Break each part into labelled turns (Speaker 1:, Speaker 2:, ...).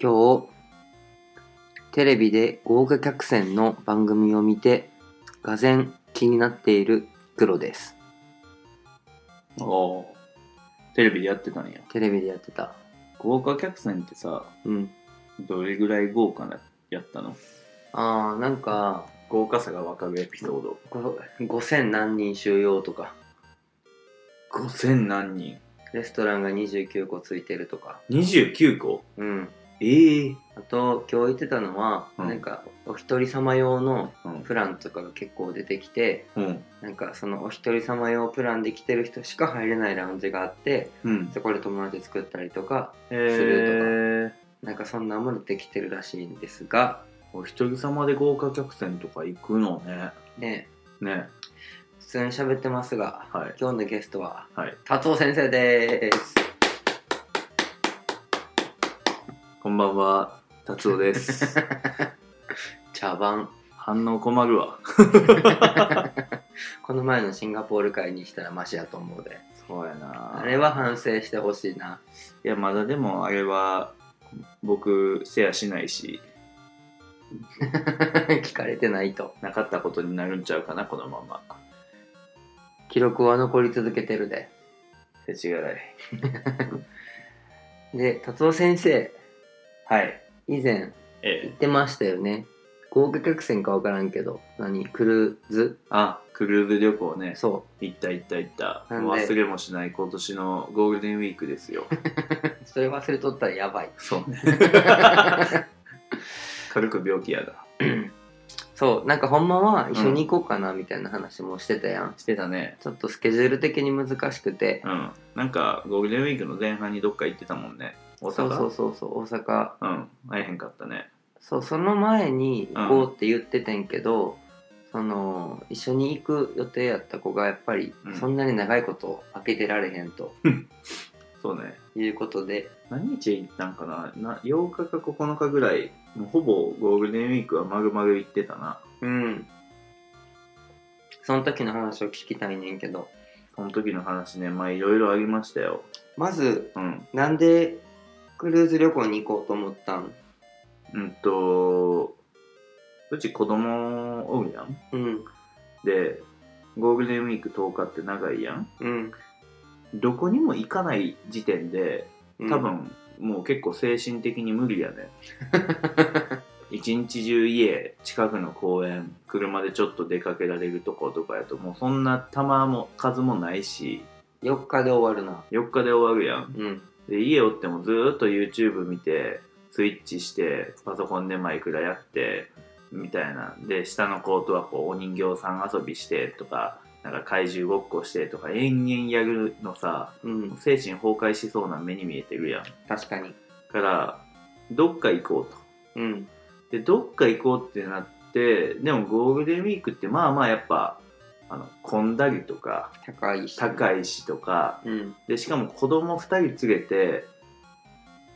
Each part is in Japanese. Speaker 1: 今日、テレビで豪華客船の番組を見て、がぜん気になっている黒です。
Speaker 2: ああ。テレビでやってたんや。
Speaker 1: テレビでやってた。
Speaker 2: 豪華客船ってさ、
Speaker 1: うん。
Speaker 2: どれぐらい豪華なやったの
Speaker 1: あー、なんか、
Speaker 3: 豪華さがわかるエピソード。
Speaker 1: ご5000何人収容とか、
Speaker 3: 5000何人
Speaker 1: レストランが29個ついてるとか。
Speaker 3: ?29 個
Speaker 1: うん。
Speaker 3: ええ
Speaker 1: あと、今日言ってたのは、
Speaker 2: うん
Speaker 1: なんか、お一人様用の
Speaker 2: うん。
Speaker 1: プランとかが結構出てきて、
Speaker 2: うん。
Speaker 1: なんかそのお一人様用プランで来てる人しか入れないラウンジがあって、
Speaker 2: うん。
Speaker 1: そこで友達作ったりとか、
Speaker 2: へ
Speaker 1: る
Speaker 2: え。
Speaker 1: なんかそんなものできてるらしいんですが、
Speaker 2: お一人様で豪華客船とか行くのね。
Speaker 1: ね、
Speaker 2: ね。
Speaker 1: 普通に喋ってますが、
Speaker 2: はい。
Speaker 1: 今日のゲストは、
Speaker 2: はい。
Speaker 1: 達夫先生です。
Speaker 3: こんばんは、達夫です。
Speaker 1: 茶番。
Speaker 2: 反応困るわ。
Speaker 1: この前のシンガポール会にしたらマシやと思うで。
Speaker 2: そうやな。
Speaker 1: あれは反省してほしいな。
Speaker 2: いや、まだでもあれは、僕、シェアしないし、
Speaker 1: 聞かれてないと。
Speaker 2: なかったことになるんちゃうかな、このまま。
Speaker 1: 記録は残り続けてるで。
Speaker 2: 手違い。
Speaker 1: で、達夫先生、
Speaker 2: はい。
Speaker 1: 以前
Speaker 2: え
Speaker 1: 言っ
Speaker 2: え。
Speaker 1: てましたよね。豪華客船かわからんけど、何クルーズ
Speaker 2: あ、クルーズ旅行ね。
Speaker 1: そ
Speaker 2: 行った行った行った。
Speaker 1: なんで
Speaker 2: もう忘れもしない今年のゴールデンウィークで すよ。
Speaker 1: う。それ忘れとったらやばい。
Speaker 2: そうね。軽く病気やだ。
Speaker 1: そう、なんかほんまは一緒に行こうかなみたいな話もしてたやん。
Speaker 2: してたね。
Speaker 1: ちょっとスケジュール的に難しくて
Speaker 2: う、ん。なんか、ゴールデンウィークの前半にどっか行ってたもんね。大阪
Speaker 1: そうそうそうそう、大阪、
Speaker 2: うん。会えへんかったね。
Speaker 1: そう、その前に行こうって言っててんけど、その一緒に行く予定やった子がやっぱり
Speaker 2: うん
Speaker 1: そんなに長いこと開けてられへんと
Speaker 2: そうね。
Speaker 1: いうことで、
Speaker 2: 何日行ったんかなな ?8 日か9日ぐらい、もうほぼゴールデンウィークはまるまる行ってたな。
Speaker 1: うん。その時の話を聞きたいねんけど、
Speaker 2: その時の話ね、まあいろいろありましたよ。
Speaker 1: まず、
Speaker 2: うん。
Speaker 1: なんでクルーズ旅行に行こうと思ったん
Speaker 2: うんと、うち子供おるやん。
Speaker 1: うん、
Speaker 2: で、ゴールデンウィーク10日って長いやん。
Speaker 1: うん。
Speaker 2: どこにも行かない時点で、
Speaker 1: うん
Speaker 2: 多。分、もう結構精神的に無理や ね。一日中家、近くの公園、車でちょっと出かけられるとことかやと、もうそんな玉も数もないし、
Speaker 1: 4日で終わるな。
Speaker 2: 4日で終わるやん。
Speaker 1: うん。
Speaker 2: で家おってもずーっと YouTube 見てスイッチしてパソコンでマイクラやってみたいなんで下の子とはこうお人形さん遊びしてとかなんか怪獣ごっこしてとか延々やるのさ
Speaker 1: うん。
Speaker 2: 精神崩壊しそうな目に見えてるやん
Speaker 1: 確かに。
Speaker 2: からどっか行こうと
Speaker 1: うん。
Speaker 2: でどっか行こうってなってでもゴールデンウィークってまあまあやっぱあの混んだりとか
Speaker 1: 高いし。
Speaker 2: 高
Speaker 1: い。
Speaker 2: いしとか
Speaker 1: うん。
Speaker 2: でしかも子供2人連れて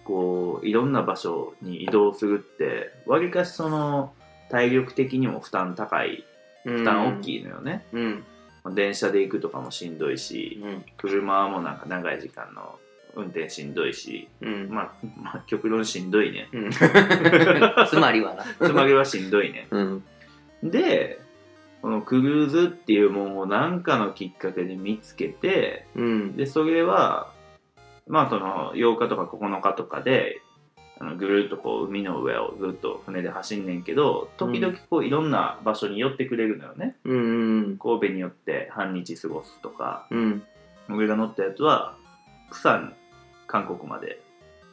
Speaker 2: こういろんな場所に移動するってわりかしその体力的にも負担高い
Speaker 1: 負
Speaker 2: 負担大
Speaker 1: い。
Speaker 2: きいのよね、
Speaker 1: うん。
Speaker 2: 電車で行くとかもしんどいし
Speaker 1: うん。
Speaker 2: 車もなんか長い時間の運転しんどいし
Speaker 1: うん。
Speaker 2: まあ、まあ、極論しんどいね
Speaker 1: うんつまりはな。
Speaker 2: つまりはしんど いね
Speaker 1: うん。
Speaker 2: でこのクルーズっていうもんを何かのきっかけで見つけて
Speaker 1: うん。
Speaker 2: でそれはまあその8日とか9日とかであのぐるっとこう海の上をずっと船で走んねんけど時々こういろんな場所に寄ってくれるのよね、
Speaker 1: うん。
Speaker 2: 神戸によって半日過ごすとか
Speaker 1: うん。
Speaker 2: 俺が乗ったやつは釜山韓国まで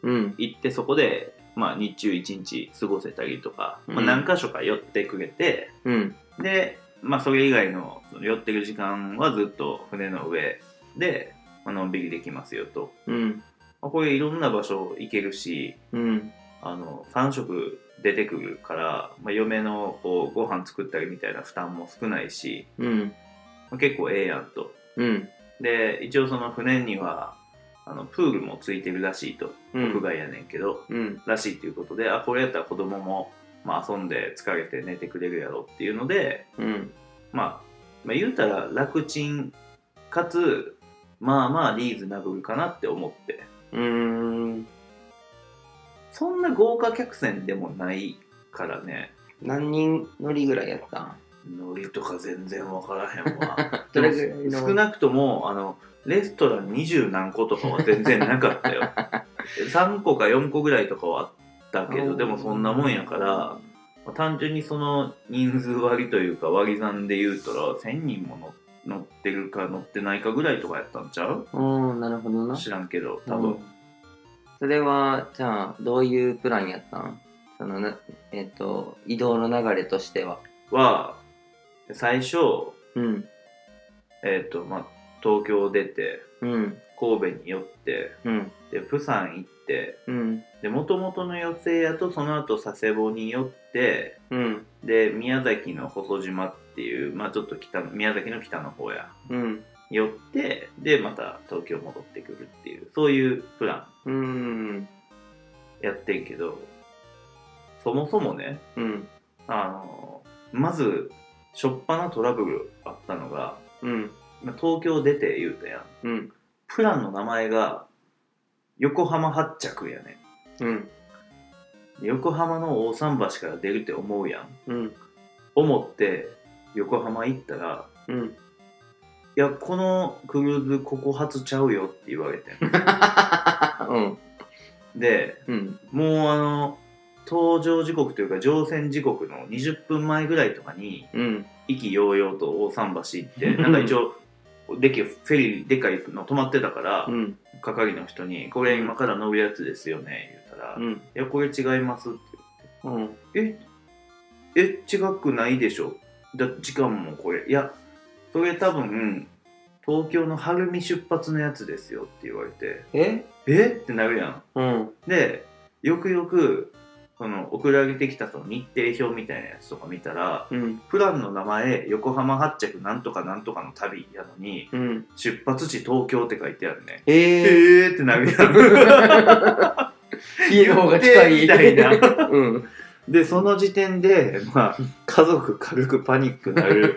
Speaker 1: うん。
Speaker 2: 行ってそこで、まあ、日中1日過ごせたりとか、ま
Speaker 1: う
Speaker 2: あ、
Speaker 1: ん
Speaker 2: 何箇所か寄ってくれて、
Speaker 1: うん。
Speaker 2: で、まあ、それ以外のその寄ってる時間はずっと船の上で、まあのんびりできますよと。
Speaker 1: うん。
Speaker 2: まあこれいろんな場所行けるし
Speaker 1: うん。
Speaker 2: あの3食出てくるから、まあ、嫁のこうご飯作ったりみたいな負担も少ないし、
Speaker 1: うん。
Speaker 2: まあ結構ええやんと
Speaker 1: うん。
Speaker 2: で一応その船にはあのプールもついてるらしいと屋外やねんけど、
Speaker 1: うん。
Speaker 2: らしいということであこれやったら子供もまあ遊んで疲れて寝てくれるやろっていうので、
Speaker 1: うん。
Speaker 2: まあ、まあ言うたら楽ちんかつまあまあリーズナブルかなって思って
Speaker 1: うん。
Speaker 2: そんな豪華客船でもないからね
Speaker 1: 何人乗りぐらいやったん
Speaker 2: ノリとか全然分からへん わ
Speaker 1: どれぐらいの
Speaker 2: でも少なくともあのレストラン20何個とかは全然なか ったよ3個か4個ぐらいとかはあったけどでもそんなもんやからまあ単純にその人数割りというか割り算で言うたら1000人もの乗ってるか乗ってないかぐらいとかやったんちゃう
Speaker 1: うんなるほどな
Speaker 2: 知らんけど多分、
Speaker 1: うんそれはじゃあどういうプランやったんそのなえっ、と移動の流れとしては
Speaker 2: は最初、
Speaker 1: うん
Speaker 2: えっとまあ、東京出て
Speaker 1: うん
Speaker 2: 神戸に寄って
Speaker 1: うん
Speaker 2: で釜山行って
Speaker 1: うん
Speaker 2: で元々の予定やとその後佐世保に寄って
Speaker 1: うん
Speaker 2: で宮崎の細島っていう、まあ、ちょっと北宮崎の北の方や
Speaker 1: うん
Speaker 2: 寄ってでまた東京戻ってくるっていうそういうプラ
Speaker 1: うん
Speaker 2: ンやってんけどそもそもね
Speaker 1: うん
Speaker 2: あのまずしょっぱなトラブルあったのが
Speaker 1: うん
Speaker 2: まあ東京出て言うたやん
Speaker 1: うん
Speaker 2: プランの名前が横浜発着やね
Speaker 1: うん
Speaker 2: 横浜の大桟橋から出るって思うやん
Speaker 1: うん
Speaker 2: 思って横浜行ったら
Speaker 1: うん
Speaker 2: 「いやこのクルーズここ発ちゃうよ」って言われて ん
Speaker 1: あうん
Speaker 2: で
Speaker 1: うん
Speaker 2: もうあの搭乗時刻というか乗船時刻の20分前ぐらいとかに
Speaker 1: うん
Speaker 2: 意気揚々と大桟橋行 ってなんか一応でけフェリーでかいの止まってたから、
Speaker 1: うん
Speaker 2: 係の人に「これ今から乗るやつですよね」言うたら「い
Speaker 1: うん
Speaker 2: やこれ違います」って
Speaker 1: うん
Speaker 2: ええ違くないでしょだ時間もこれいやそれ多分東京の晴海出発のやつですよって言われて
Speaker 1: え
Speaker 2: えってなるやん
Speaker 1: うん
Speaker 2: でよくよくその送られてきたその日程表みたいなやつとか見たら
Speaker 1: うん
Speaker 2: プランの名前横浜発着なんとかなんとかの旅やのに
Speaker 1: うん
Speaker 2: 出発地東京って書いてあるねえ
Speaker 1: ええ
Speaker 2: ーってなるや ん
Speaker 1: 家の方が近い
Speaker 2: みたいな
Speaker 1: うん
Speaker 2: でその時点で、まあ、家族軽くパニックに なる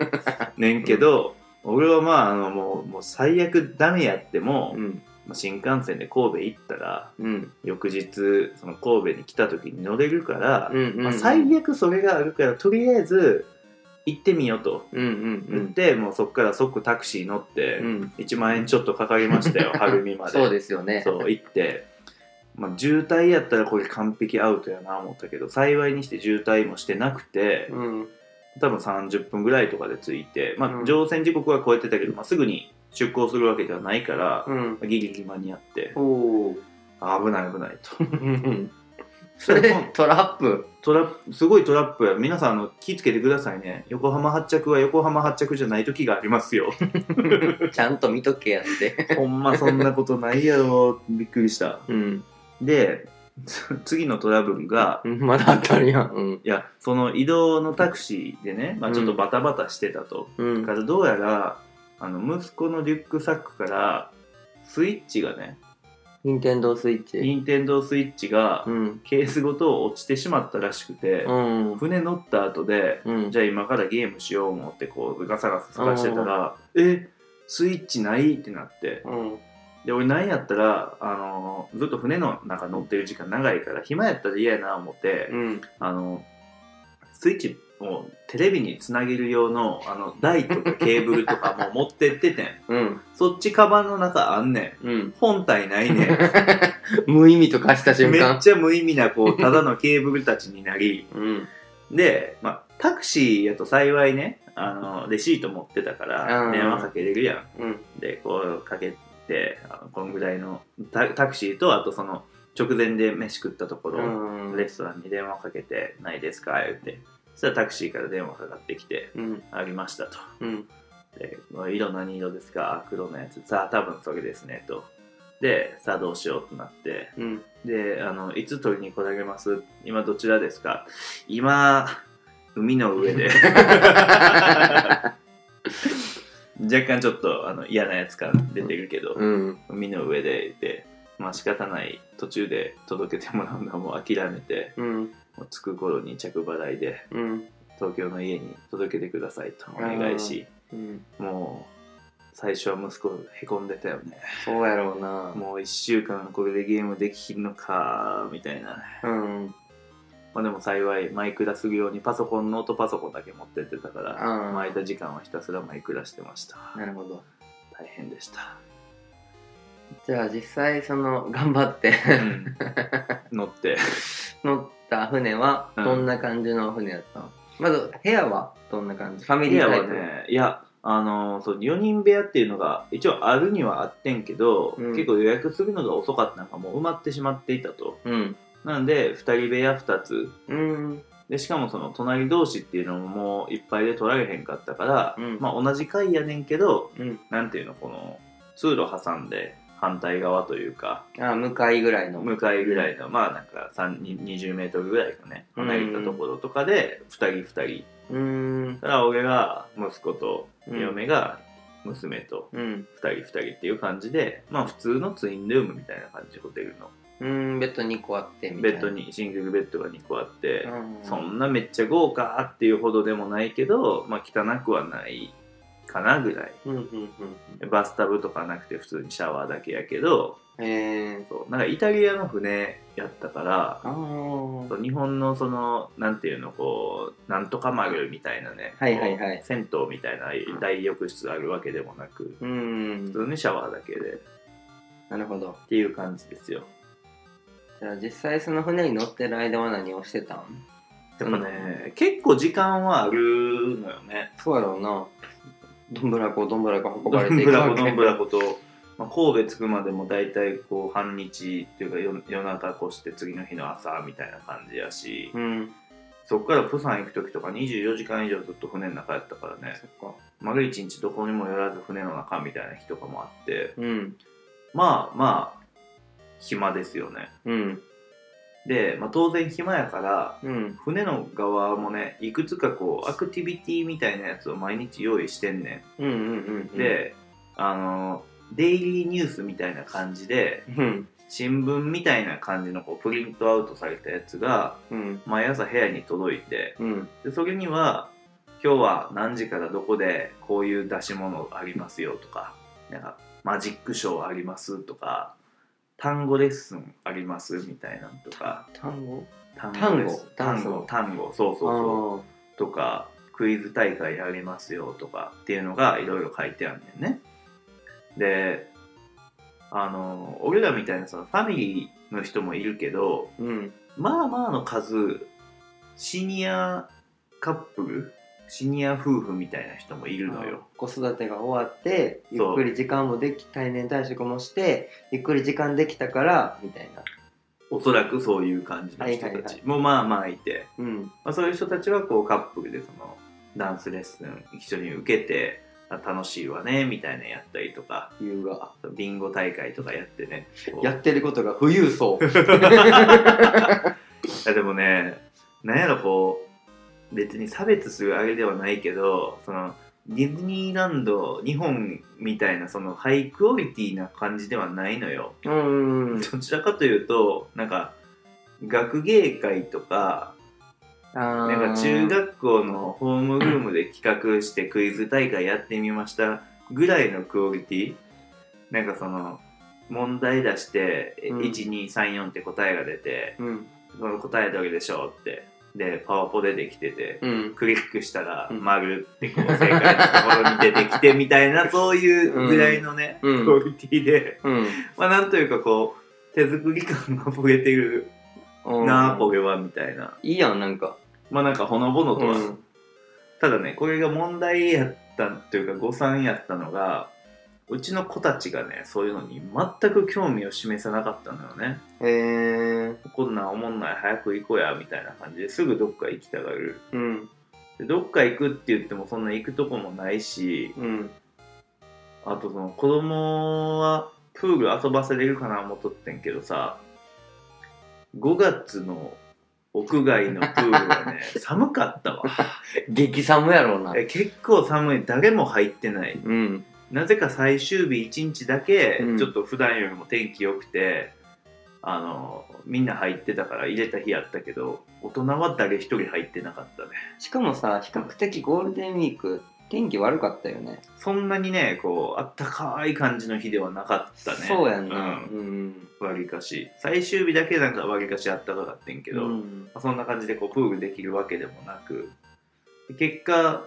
Speaker 2: ねんけど、俺はまああのもうもう最悪ダメやっても、
Speaker 1: うん
Speaker 2: まあ新幹線で神戸行ったら
Speaker 1: うん
Speaker 2: 翌日その神戸に来た時に乗れるから、
Speaker 1: うん
Speaker 2: まあ、最悪それがあるからとりあえず行ってみようと
Speaker 1: うんう
Speaker 2: 言っ
Speaker 1: ん
Speaker 2: て、もうそこから即タクシー乗って、
Speaker 1: うんうん
Speaker 2: 1万円ちょっとかかりまし たよ晴海まで
Speaker 1: そうですよね
Speaker 2: そう行って、まあ、渋滞やったらこれ完璧アウトやな思ったけど幸いにして渋滞もしてなくて、
Speaker 1: うん
Speaker 2: 多分30分ぐらいとかで着いて、ま
Speaker 1: う
Speaker 2: あ、
Speaker 1: ん
Speaker 2: 乗船時刻は超えてたけど、まあ、すぐに出港するわけではないから、
Speaker 1: うん
Speaker 2: ギリギリ間に合って
Speaker 1: おお
Speaker 2: あ危ない危ない と
Speaker 1: それトラップ
Speaker 2: トラップすごいトラップや皆さんあの気ぃつけてくださいね横浜発着は横浜発着じゃない時がありますよ
Speaker 1: ちゃんと見とけやって
Speaker 2: ほんまそんなことないやろびっくりした
Speaker 1: うん
Speaker 2: で 次のトラブルが、
Speaker 1: まだあったんやうん
Speaker 2: いやその移動のタクシーでね、まあ、ちょっとバタバタしてたと、
Speaker 1: うん
Speaker 2: だからどうやらあの息子のリュックサックからスイッチがね
Speaker 1: 任天堂スイッチ
Speaker 2: 任天堂スイッチが
Speaker 1: うん
Speaker 2: ケースごと落ちてしまったらしくて、
Speaker 1: うん
Speaker 2: 船乗った後で
Speaker 1: うん
Speaker 2: じゃあ今からゲームしよう思ってこうガサガサ探してたら「えスイッチない?」ってなって
Speaker 1: うん
Speaker 2: で俺なんやったら、あのずっと船の中乗ってる時間長いから暇やったら嫌やな思って、
Speaker 1: うん
Speaker 2: あのスイッチをテレビにつなげる用のあの台とかケーブルとかも持ってっててん
Speaker 1: うん
Speaker 2: そっちカバンの中あんねん
Speaker 1: うん
Speaker 2: 本体ないねん
Speaker 1: 無意味とかした 瞬
Speaker 2: めっ
Speaker 1: 間
Speaker 2: ちゃ無意味なこうただのケーブルたちになり
Speaker 1: うん
Speaker 2: で、まあ、タクシーやと幸いねあのレシート持ってたか
Speaker 1: う
Speaker 2: ら
Speaker 1: ん
Speaker 2: 電話かけれるや
Speaker 1: うん
Speaker 2: んでこうかけてあのこんぐらいのタタクシーとあとその直前で飯食ったとこ
Speaker 1: う
Speaker 2: ろ、
Speaker 1: ん
Speaker 2: レストランに電話かけて「ないですか?」言ってそしたらタクシーから電話かかってきて
Speaker 1: うん
Speaker 2: 「ありました」と
Speaker 1: うん
Speaker 2: 「でまあ色何色ですか黒のやつさあ多分それですね」と。でさあどうしようとなって
Speaker 1: うん
Speaker 2: であの「いつ取りに来られます今どちらですか?」「今海の上で」 若干ちょっとあの嫌なやつ感出てるけど、
Speaker 1: うん
Speaker 2: 海の上でいてまあ仕方ない途中で届けてもらうのはもう諦めて、
Speaker 1: うん
Speaker 2: もう着く頃に着払いで
Speaker 1: うん
Speaker 2: 東京の家に届けてくださいとお願いし
Speaker 1: うん
Speaker 2: もう最初は息子へこんでたよね
Speaker 3: そうやろうな。
Speaker 2: もう1週間これでゲームできひんのかみたいな、
Speaker 3: うん。うん。
Speaker 2: まあ、でも幸いマイクラするようにパソコンノートパソコンだけ持ってってたから
Speaker 3: な
Speaker 2: 空いた時間はひたすらマイクラしてました
Speaker 3: るほど。
Speaker 2: 大変 でした、
Speaker 1: じゃあ実際その頑張って
Speaker 2: うん、乗って
Speaker 1: 乗った船は
Speaker 2: うん
Speaker 1: どんな感じの船だったの、まず部屋はどんな感じファミ
Speaker 2: 部
Speaker 1: リー
Speaker 2: 屋
Speaker 1: タイ
Speaker 2: は
Speaker 1: プ、
Speaker 2: ねいやあのーそう4人部屋っていうのが一応あるにはあってんけど、
Speaker 1: うん
Speaker 2: 結構予約するのが遅かったのかもう埋まってしまっていたと
Speaker 1: うん
Speaker 2: なので2人部屋2つ
Speaker 1: うん
Speaker 2: でしかもその隣同士っていうのももういっぱいで取られへんかったから、
Speaker 1: うん
Speaker 2: まあ、同じ階やねんけど
Speaker 1: うん
Speaker 2: なんていうのこの通路挟んで反対側というか
Speaker 1: あ向かいぐらいの
Speaker 2: 向かいぐらいの、まあなんか3 20メートルぐらいのね離れたところとかで2人2人
Speaker 1: うん
Speaker 2: だから俺が息子と
Speaker 1: うん
Speaker 2: 嫁が娘と
Speaker 1: うん
Speaker 2: 2人2人っていう感じで、まあ普通のツインルームみたいな感じホテルの
Speaker 1: うんベッド2個あってみた
Speaker 2: ベ
Speaker 1: いな
Speaker 2: ッドにシングルベッドが2個あって、
Speaker 1: うん
Speaker 2: そんなめっちゃ豪華っていうほどでもないけど、まあ、汚くはないかなぐらい
Speaker 1: うんうん
Speaker 2: バスタブとかなくて普通にシャワーだけやけど
Speaker 1: うんえー、
Speaker 2: そうなんかイタリアの船やったから
Speaker 1: あー
Speaker 2: そう日本のそのなんていうのこうなんとか丸みたいなね、
Speaker 1: はいはいはい
Speaker 2: こう銭湯みたいな大浴室あるわけでもなく
Speaker 1: うん
Speaker 2: 普通にシャワーだけでっ
Speaker 1: なるほど
Speaker 2: ていう感じですよ
Speaker 1: じゃあ実際その船に乗ってる間は何をしてたん
Speaker 2: でもね結構時間はあるのよね
Speaker 1: そうやろうなどんぶらこどんぶらこ運
Speaker 2: ど
Speaker 1: ばれて
Speaker 2: ん
Speaker 1: いく
Speaker 2: ぶら
Speaker 1: わ
Speaker 2: こ
Speaker 1: け
Speaker 2: どんぶらこと、まあ、神戸着くまでも大体こう半日っていうか夜夜中越して次の日の朝みたいな感じやし、
Speaker 1: うん
Speaker 2: そこから釜山行く時とか24時間以上ずっと船の中やったからね
Speaker 1: そっか
Speaker 2: 丸一日どこにも寄らず船の中みたいな日とかもあって
Speaker 1: うん
Speaker 2: まあまあ暇ですよね
Speaker 1: うん
Speaker 2: で、まあ、当然暇やから
Speaker 1: うん
Speaker 2: 船の側もねいくつかこうアクティビティみたいなやつを毎日用意してんね
Speaker 1: うんうんうんうん
Speaker 2: んで、あのデイリーニュースみたいな感じで
Speaker 1: うん
Speaker 2: 新聞みたいな感じのこうプリントアウトされたやつが
Speaker 1: うん
Speaker 2: 毎朝部屋に届いて
Speaker 1: うん
Speaker 2: でそれには今日は何時からどこでこういう出し物ありますよとかなんかマジックショーありますとか単語レッスンありますみたいなのとか
Speaker 1: 単語
Speaker 2: 単
Speaker 1: 単語
Speaker 2: レッスン
Speaker 1: ダン
Speaker 2: 単
Speaker 1: スの
Speaker 2: 語単語そうそうそうとかクイズ大会やりますよとかっていうのがいろいろ書いてあるんだよね。であの俺らみたいなそのファミリーの人もいるけど
Speaker 1: ううん
Speaker 2: まあまあの数シニアカップルシニア夫婦みたいな人もいるのよ。
Speaker 1: 子育てが終わってゆ
Speaker 2: そう
Speaker 1: っくり時間もでき定年退職もしてゆっくり時間できたからみたいな
Speaker 2: おそらくそういう感じの人
Speaker 1: はい
Speaker 2: た
Speaker 1: はいは
Speaker 2: ちもまあまあいて、
Speaker 1: うん
Speaker 2: まあ、そういう人たちはこうカップルでそのダンスレッスン一緒に受けてあ楽しいわねみたいなのやったりとか
Speaker 1: 優雅
Speaker 2: ビンゴ大会とかやってねこう
Speaker 1: やってることが富裕層
Speaker 2: いやでもねなんやろこう別に差別するあれではないけどそのディズニーランド日本みたいなそのハイクオリティな感じではないのよ
Speaker 1: うんうん
Speaker 2: どちらかというとなんか学芸会とか
Speaker 1: な
Speaker 2: なんか中学校のホームルームで企画してクイズ大会やってみましたぐらいのクオリティなんかその問題出して、
Speaker 1: うん
Speaker 2: 1234って答えが出て
Speaker 1: うん
Speaker 2: その答えどれでしょうってでパワポでできてて
Speaker 1: うん
Speaker 2: クリックしたら
Speaker 1: うん
Speaker 2: 丸ってこう正解のところに出てきてみた いなそういうぐらいのね、
Speaker 1: うん
Speaker 2: クオリティで
Speaker 1: うん
Speaker 2: まあなんというかこう手作り感が覚えてる
Speaker 1: うん
Speaker 2: なあこれはみたいない
Speaker 1: いやんなんか
Speaker 2: まあなんかほのぼのとは、
Speaker 1: うん
Speaker 2: ただねこれが問題やったというか誤算やったのがうちの子たちがねそういうのに全く興味を示さなかったのよね
Speaker 1: へえ
Speaker 2: こんなんおもんない早く行こうやみたいな感じですぐどっか行きたがる
Speaker 1: うん
Speaker 2: でどっか行くって言ってもそんな行くとこもないし
Speaker 1: うん
Speaker 2: あとその子供はプール遊ばせれるかな思っとってんけどさ5月の屋外のプール はね寒かったわ
Speaker 1: 激寒やろうな
Speaker 2: え結構寒い誰も入ってない
Speaker 1: うん
Speaker 2: なぜか最終日1日だけ
Speaker 1: うん
Speaker 2: ちょっと普段よりも天気良くて、あのみんな入ってたから入れた日やったけど大人は誰一人入ってなかったね
Speaker 1: しかもさ比較的ゴールデンウィーク天気悪かったよね。
Speaker 2: そんなにねこうあったかい感じの日ではなかったね
Speaker 1: そうやんな。
Speaker 2: ん
Speaker 1: うん。
Speaker 2: わりかし最終日だけなんかわりかしあったかかってんけど、
Speaker 1: う
Speaker 2: ま
Speaker 1: ん
Speaker 2: あそんな感じでこうプールできるわけでもなくで結果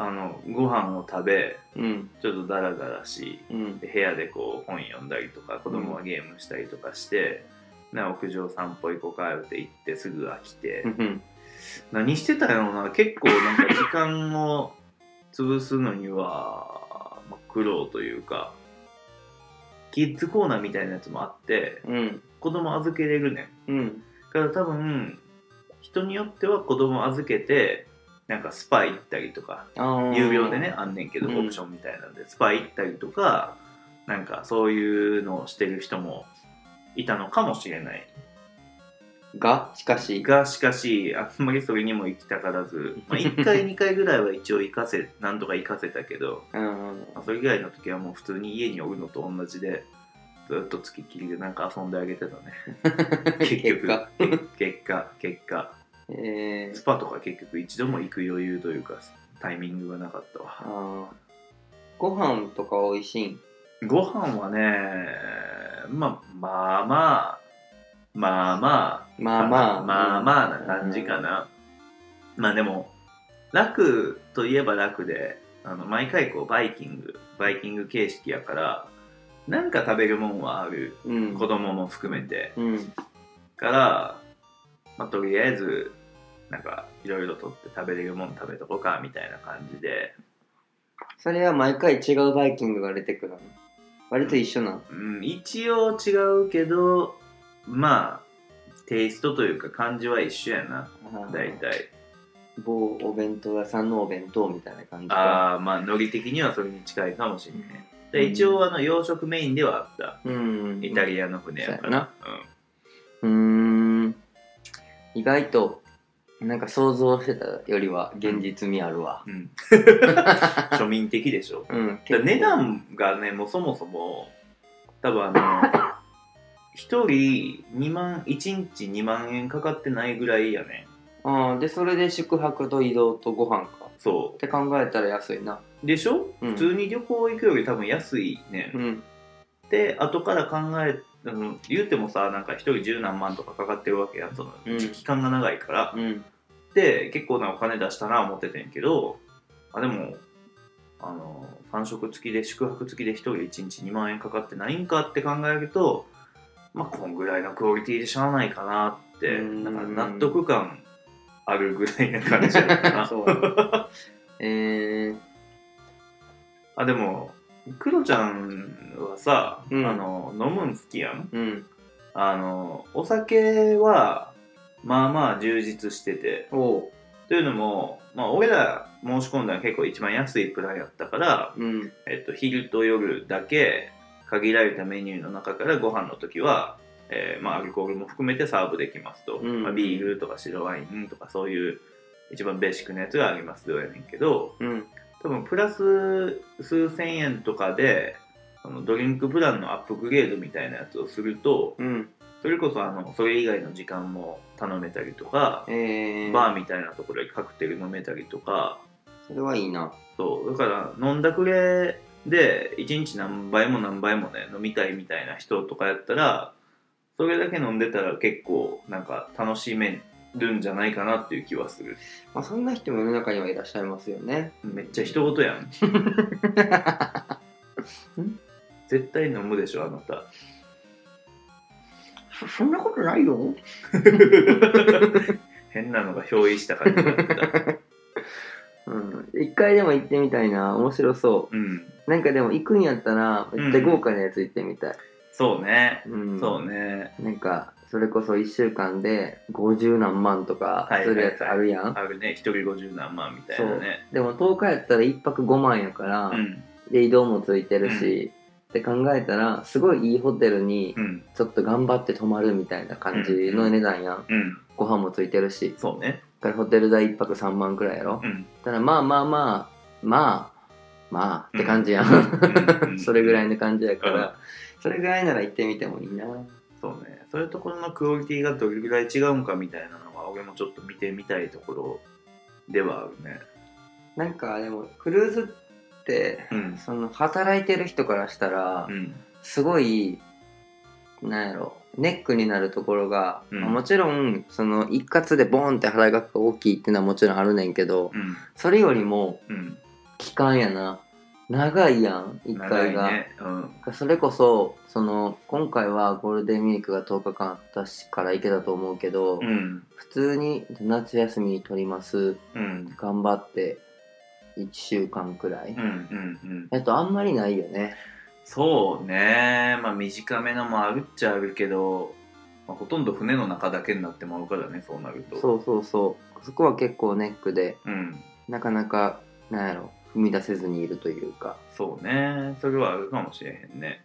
Speaker 2: あのご飯を食べ
Speaker 1: うん。
Speaker 2: ちょっとダラダラし
Speaker 1: うん。
Speaker 2: で部屋でこう本読んだりとか子供はゲームしたりとかして、な屋上散歩行こうかって言ってすぐ飽きて、
Speaker 1: うん。
Speaker 2: 何してたんやろうな結構なんか時間を潰すのには、まあ、苦労というかキッズコーナーみたいなやつもあって
Speaker 1: うん。
Speaker 2: 子供預けれるねん
Speaker 1: うん。
Speaker 2: だから多分人によっては子供預けてなんかスパイ行ったりとか
Speaker 1: ああ。
Speaker 2: 有料でね。あんねんけど
Speaker 1: う
Speaker 2: オ
Speaker 1: ん
Speaker 2: プションみたいなんで、スパイ行ったりとかなんかそういうのをしてる人もいたのかもしれない
Speaker 1: が、しかし。
Speaker 2: がしかしあんまりそれにも行きたか らず、まあ、1回2回ぐらいは一応行かせなんとか行かせたけど、
Speaker 1: うん。
Speaker 2: まあ、それ以外の時はもう普通に家におるのと同じでずっとつきっきりでなんか遊んであげてた ね結
Speaker 1: 結
Speaker 2: 局
Speaker 1: 果。
Speaker 2: 結果結果
Speaker 1: え
Speaker 2: ス
Speaker 1: ー。
Speaker 2: パとか結局一度も行く余裕というかタイミングがなかったわ
Speaker 1: ああ。ご飯とか美味しいん。
Speaker 2: ご飯はね、まあまあまあ、まあまあ、
Speaker 1: まあまあ。
Speaker 2: まあまあな感じかな。まあでも、楽といえば楽で、あの毎回こうバイキング、バイキング形式やから、なんか食べるもんはある、
Speaker 1: うん。
Speaker 2: 子供も含めて。
Speaker 1: うん。
Speaker 2: から、まあ、とりあえず、なんかいろいろとって食べれるもん食べとこうかみたいな感じで、
Speaker 1: それは毎回違うバイキングが出てくるの割と一緒なの
Speaker 2: うん、一応違うけどまあテイストというか感じは一緒やな大体
Speaker 1: 某お弁当屋さんのお弁当みたいな感じか
Speaker 2: ああまあノリ的にはそれに近いかもしれない、で
Speaker 1: うん
Speaker 2: 一応あの洋食メインではあった
Speaker 1: うん
Speaker 2: イタリアの船やから、
Speaker 1: うーん意外となんか想像してたよりは現実味あるわ
Speaker 2: うん うん、庶民的でしょ
Speaker 1: うん、
Speaker 2: だ
Speaker 1: 結
Speaker 2: から
Speaker 1: 構
Speaker 2: 値段がねもうそもそも多分あの1人2万1日2万円かかってないぐらいやね
Speaker 1: あーでそれで宿泊と移動とご飯か
Speaker 2: そ
Speaker 1: って考えたら安いな
Speaker 2: うでしょ、
Speaker 1: うん
Speaker 2: 普通に旅行行くより多分安いね、
Speaker 1: うん
Speaker 2: で後から考えあの言うてもさなんか一人十何万とかかかってるわけやんその、
Speaker 1: うん
Speaker 2: 期間が長いから、
Speaker 1: うん
Speaker 2: で結構なお金出したな思っててんけどあでもあの3食付きで宿泊付きで一人1日2万円かかってないんかって考えるとまあこんぐらいのクオリティでしゃあないかなって
Speaker 1: うん
Speaker 2: なんか納得感あるぐらいな感じやったな
Speaker 1: そうだねえー、
Speaker 2: あでもクロちゃんはさ、
Speaker 1: うん
Speaker 2: あの飲むん好きやん
Speaker 1: うん
Speaker 2: あのお酒はまあまあ充実してて
Speaker 1: おう
Speaker 2: というのも、まあ、俺ら申し込んだの結構一番安いプランやったから、
Speaker 1: うん
Speaker 2: えっと、昼と夜だけ限られたメニューの中からご飯の時は、えーまあ、アルコールも含めてサーブできますと、
Speaker 1: うん
Speaker 2: まあ、ビールとか白ワインとかそういう一番ベーシックなやつがありますよやねんけど
Speaker 1: うん
Speaker 2: 多分プラス数千円とかであのドリンクプランのアップグレードみたいなやつをすると、
Speaker 1: うん
Speaker 2: それこそあのそれ以外の時間も頼めたりとか、
Speaker 1: えー、
Speaker 2: バーみたいなところでカクテル飲めたりとか
Speaker 1: それはいいな
Speaker 2: そうだから飲んだくれで1日何杯も何杯もね飲みたいみたいな人とかやったらそれだけ飲んでたら結構なんか楽しめるんじゃないかなっていう気はする
Speaker 1: まあ、そんな人も世の中にはいらっしゃいますよね。
Speaker 2: めっちゃ人事や ん絶対飲むでしょあなた
Speaker 1: そんなことないよ。
Speaker 2: 変なのが憑依した感じになってた
Speaker 1: うん。一回でも行ってみたいな。面白そ
Speaker 2: うん
Speaker 1: う。なんかでも行くんやったら、めっちゃ豪華なやつ行ってみたい。
Speaker 2: そうね、
Speaker 1: うん。
Speaker 2: そうね
Speaker 1: なんか、それこそ1週間で50何万とか
Speaker 2: はい
Speaker 1: するやつあるやん。
Speaker 2: あるね、一人50何万みたいなね。
Speaker 1: でも10日やったら1泊5万やから、
Speaker 2: うん。
Speaker 1: で移動もついてるし、って考えたら、すごいいいホテルに
Speaker 2: うん。
Speaker 1: ちょっと頑張って泊まるみたいな感じの値段やん。
Speaker 2: うん。
Speaker 1: ご飯もついてるし。
Speaker 2: そうね。
Speaker 1: だからホテル代1泊3万くらいやろ。
Speaker 2: うん。
Speaker 1: ただまあまあまあまあまあって感じやん、
Speaker 2: うん
Speaker 1: それぐらいの感じやから、
Speaker 2: うん
Speaker 1: それぐらいなら行ってみてもいいな
Speaker 2: そうね。そういうところのクオリティがどれぐらい違うんかみたいなのは、俺もちょっと見てみたいところではあるね。
Speaker 1: なんかでもクルーズって
Speaker 2: うん
Speaker 1: その働いてる人からしたら、
Speaker 2: うん
Speaker 1: すごいなんやろネックになるところが、
Speaker 2: うん
Speaker 1: まあもちろんその一括でボーンって払い額が大きいっていうのはもちろんあるねんけど
Speaker 2: うん
Speaker 1: それよりも
Speaker 2: うん
Speaker 1: 期間やな長いやん一
Speaker 2: 長
Speaker 1: 回
Speaker 2: い
Speaker 1: が、
Speaker 2: ねうん
Speaker 1: それこそその今回はゴールデンウィークが10日間あったしから行けたと思うけど、
Speaker 2: うん
Speaker 1: 普通に夏休み取ります
Speaker 2: うん
Speaker 1: 頑張って1週間くらい、
Speaker 2: うんうんうん
Speaker 1: えっとあんまりないよね
Speaker 2: そうねまあ短めのもあるっちゃあるけど、まあ、ほとんど船の中だけになってまうからねそうなると
Speaker 1: そうそうそうそこは結構ネックで
Speaker 2: うん
Speaker 1: なかなかなんやろ踏み出せずにいるというか
Speaker 2: そうねそれはあるかもしれへんね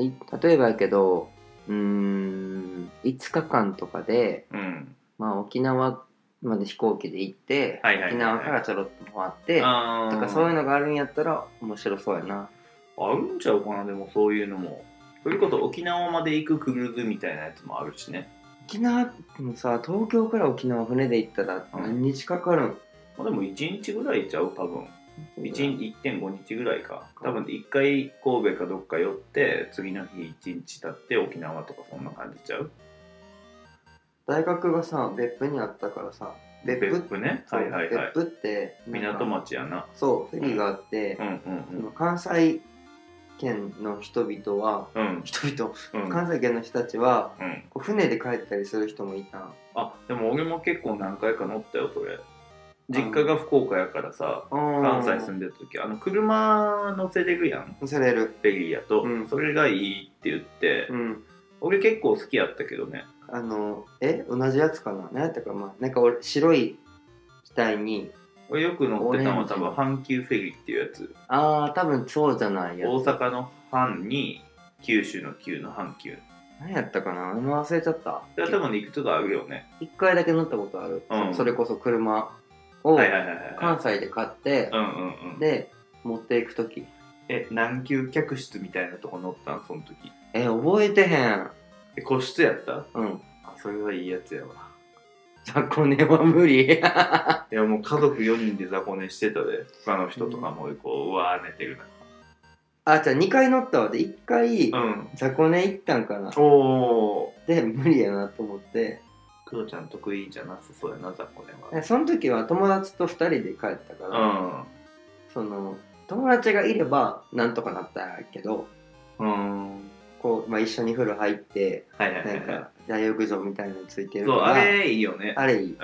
Speaker 1: い例えばやけどうーん5日間とかで、
Speaker 2: うん
Speaker 1: まあ、沖縄まで飛行機で行って、
Speaker 2: はいはいはいはい
Speaker 1: 沖縄からちょろっと回って
Speaker 2: あ
Speaker 1: と
Speaker 2: ー
Speaker 1: かそういうのがあるんやったら面白そうやな
Speaker 2: あるんちゃうかなでもそういうのもそれこそ沖縄まで行くクルーズみたいなやつもあるしね、
Speaker 1: 沖縄もさ東京から沖縄船で行ったら何日かかるん、
Speaker 2: まあ、でも1日ぐらいちゃう多分1
Speaker 1: 一
Speaker 2: 日1.5日ぐらいか多分1回神戸かどっか寄って次の日1日経って沖縄とかそんな感じちゃう
Speaker 1: 大学がさ別府にあったからさ別府
Speaker 2: 別府ね
Speaker 1: そう
Speaker 2: はいはいはい
Speaker 1: 別府ってなんか
Speaker 2: 港町やな
Speaker 1: そうフェリーがあって
Speaker 2: うん、
Speaker 1: その関西圏の人々は
Speaker 2: うんうんうん
Speaker 1: 人々、
Speaker 2: うん
Speaker 1: 関西圏の人たちは
Speaker 2: うん
Speaker 1: こう船で帰ったりする人もいたん
Speaker 2: あでも俺も結構何回か乗ったよそれ実家が福岡やからさ関西住ん
Speaker 1: で
Speaker 2: でる時あの車乗せれるやん
Speaker 1: 乗せれる
Speaker 2: フェリーやと、
Speaker 1: うん
Speaker 2: それがいいって言って、
Speaker 1: うん
Speaker 2: 俺結構好きやったけどね
Speaker 1: あのえ同じやつかな何やったかまあなんか俺白い機体に
Speaker 2: 俺よく乗ってたのは多
Speaker 1: オレ
Speaker 2: 分阪急フェリーっていうやつ
Speaker 1: ああ多分そうじゃないやつ
Speaker 2: 大阪の阪に九州の旧の阪急
Speaker 1: 何やったかな名前忘れちゃった
Speaker 2: それは多分ねいくつかあるよね
Speaker 1: 一回だけ乗ったことある、
Speaker 2: うん
Speaker 1: それこそ車を
Speaker 2: はいはいはいはい
Speaker 1: 関西で買って、
Speaker 2: うんうんうん
Speaker 1: で持っていく時
Speaker 2: え南急客室みたいなとこ乗ったんその時
Speaker 1: え覚えてへん
Speaker 2: え個室やった
Speaker 1: うん
Speaker 2: あそれはいいやつやわ
Speaker 1: 雑魚寝は無理
Speaker 2: いやもう家族4人で雑魚寝してたで他の人とかもこううわー寝てる
Speaker 1: あじゃあ2回乗ったわで1回
Speaker 2: なうん
Speaker 1: 雑魚寝行ったんかな
Speaker 2: おお
Speaker 1: で無理やなと思って
Speaker 2: クロちゃん得意じゃなさそうやな雑魚寝は
Speaker 1: でその時は友達と2人で帰ったから、その友達がいればなんとかなったけど
Speaker 2: うんうん
Speaker 1: こう、まあ、一緒に風呂入って
Speaker 2: はいはいは
Speaker 1: ないん
Speaker 2: はい
Speaker 1: か大浴場みたいなのついてるか
Speaker 2: そう
Speaker 1: ら
Speaker 2: あれいいよね
Speaker 1: あれいい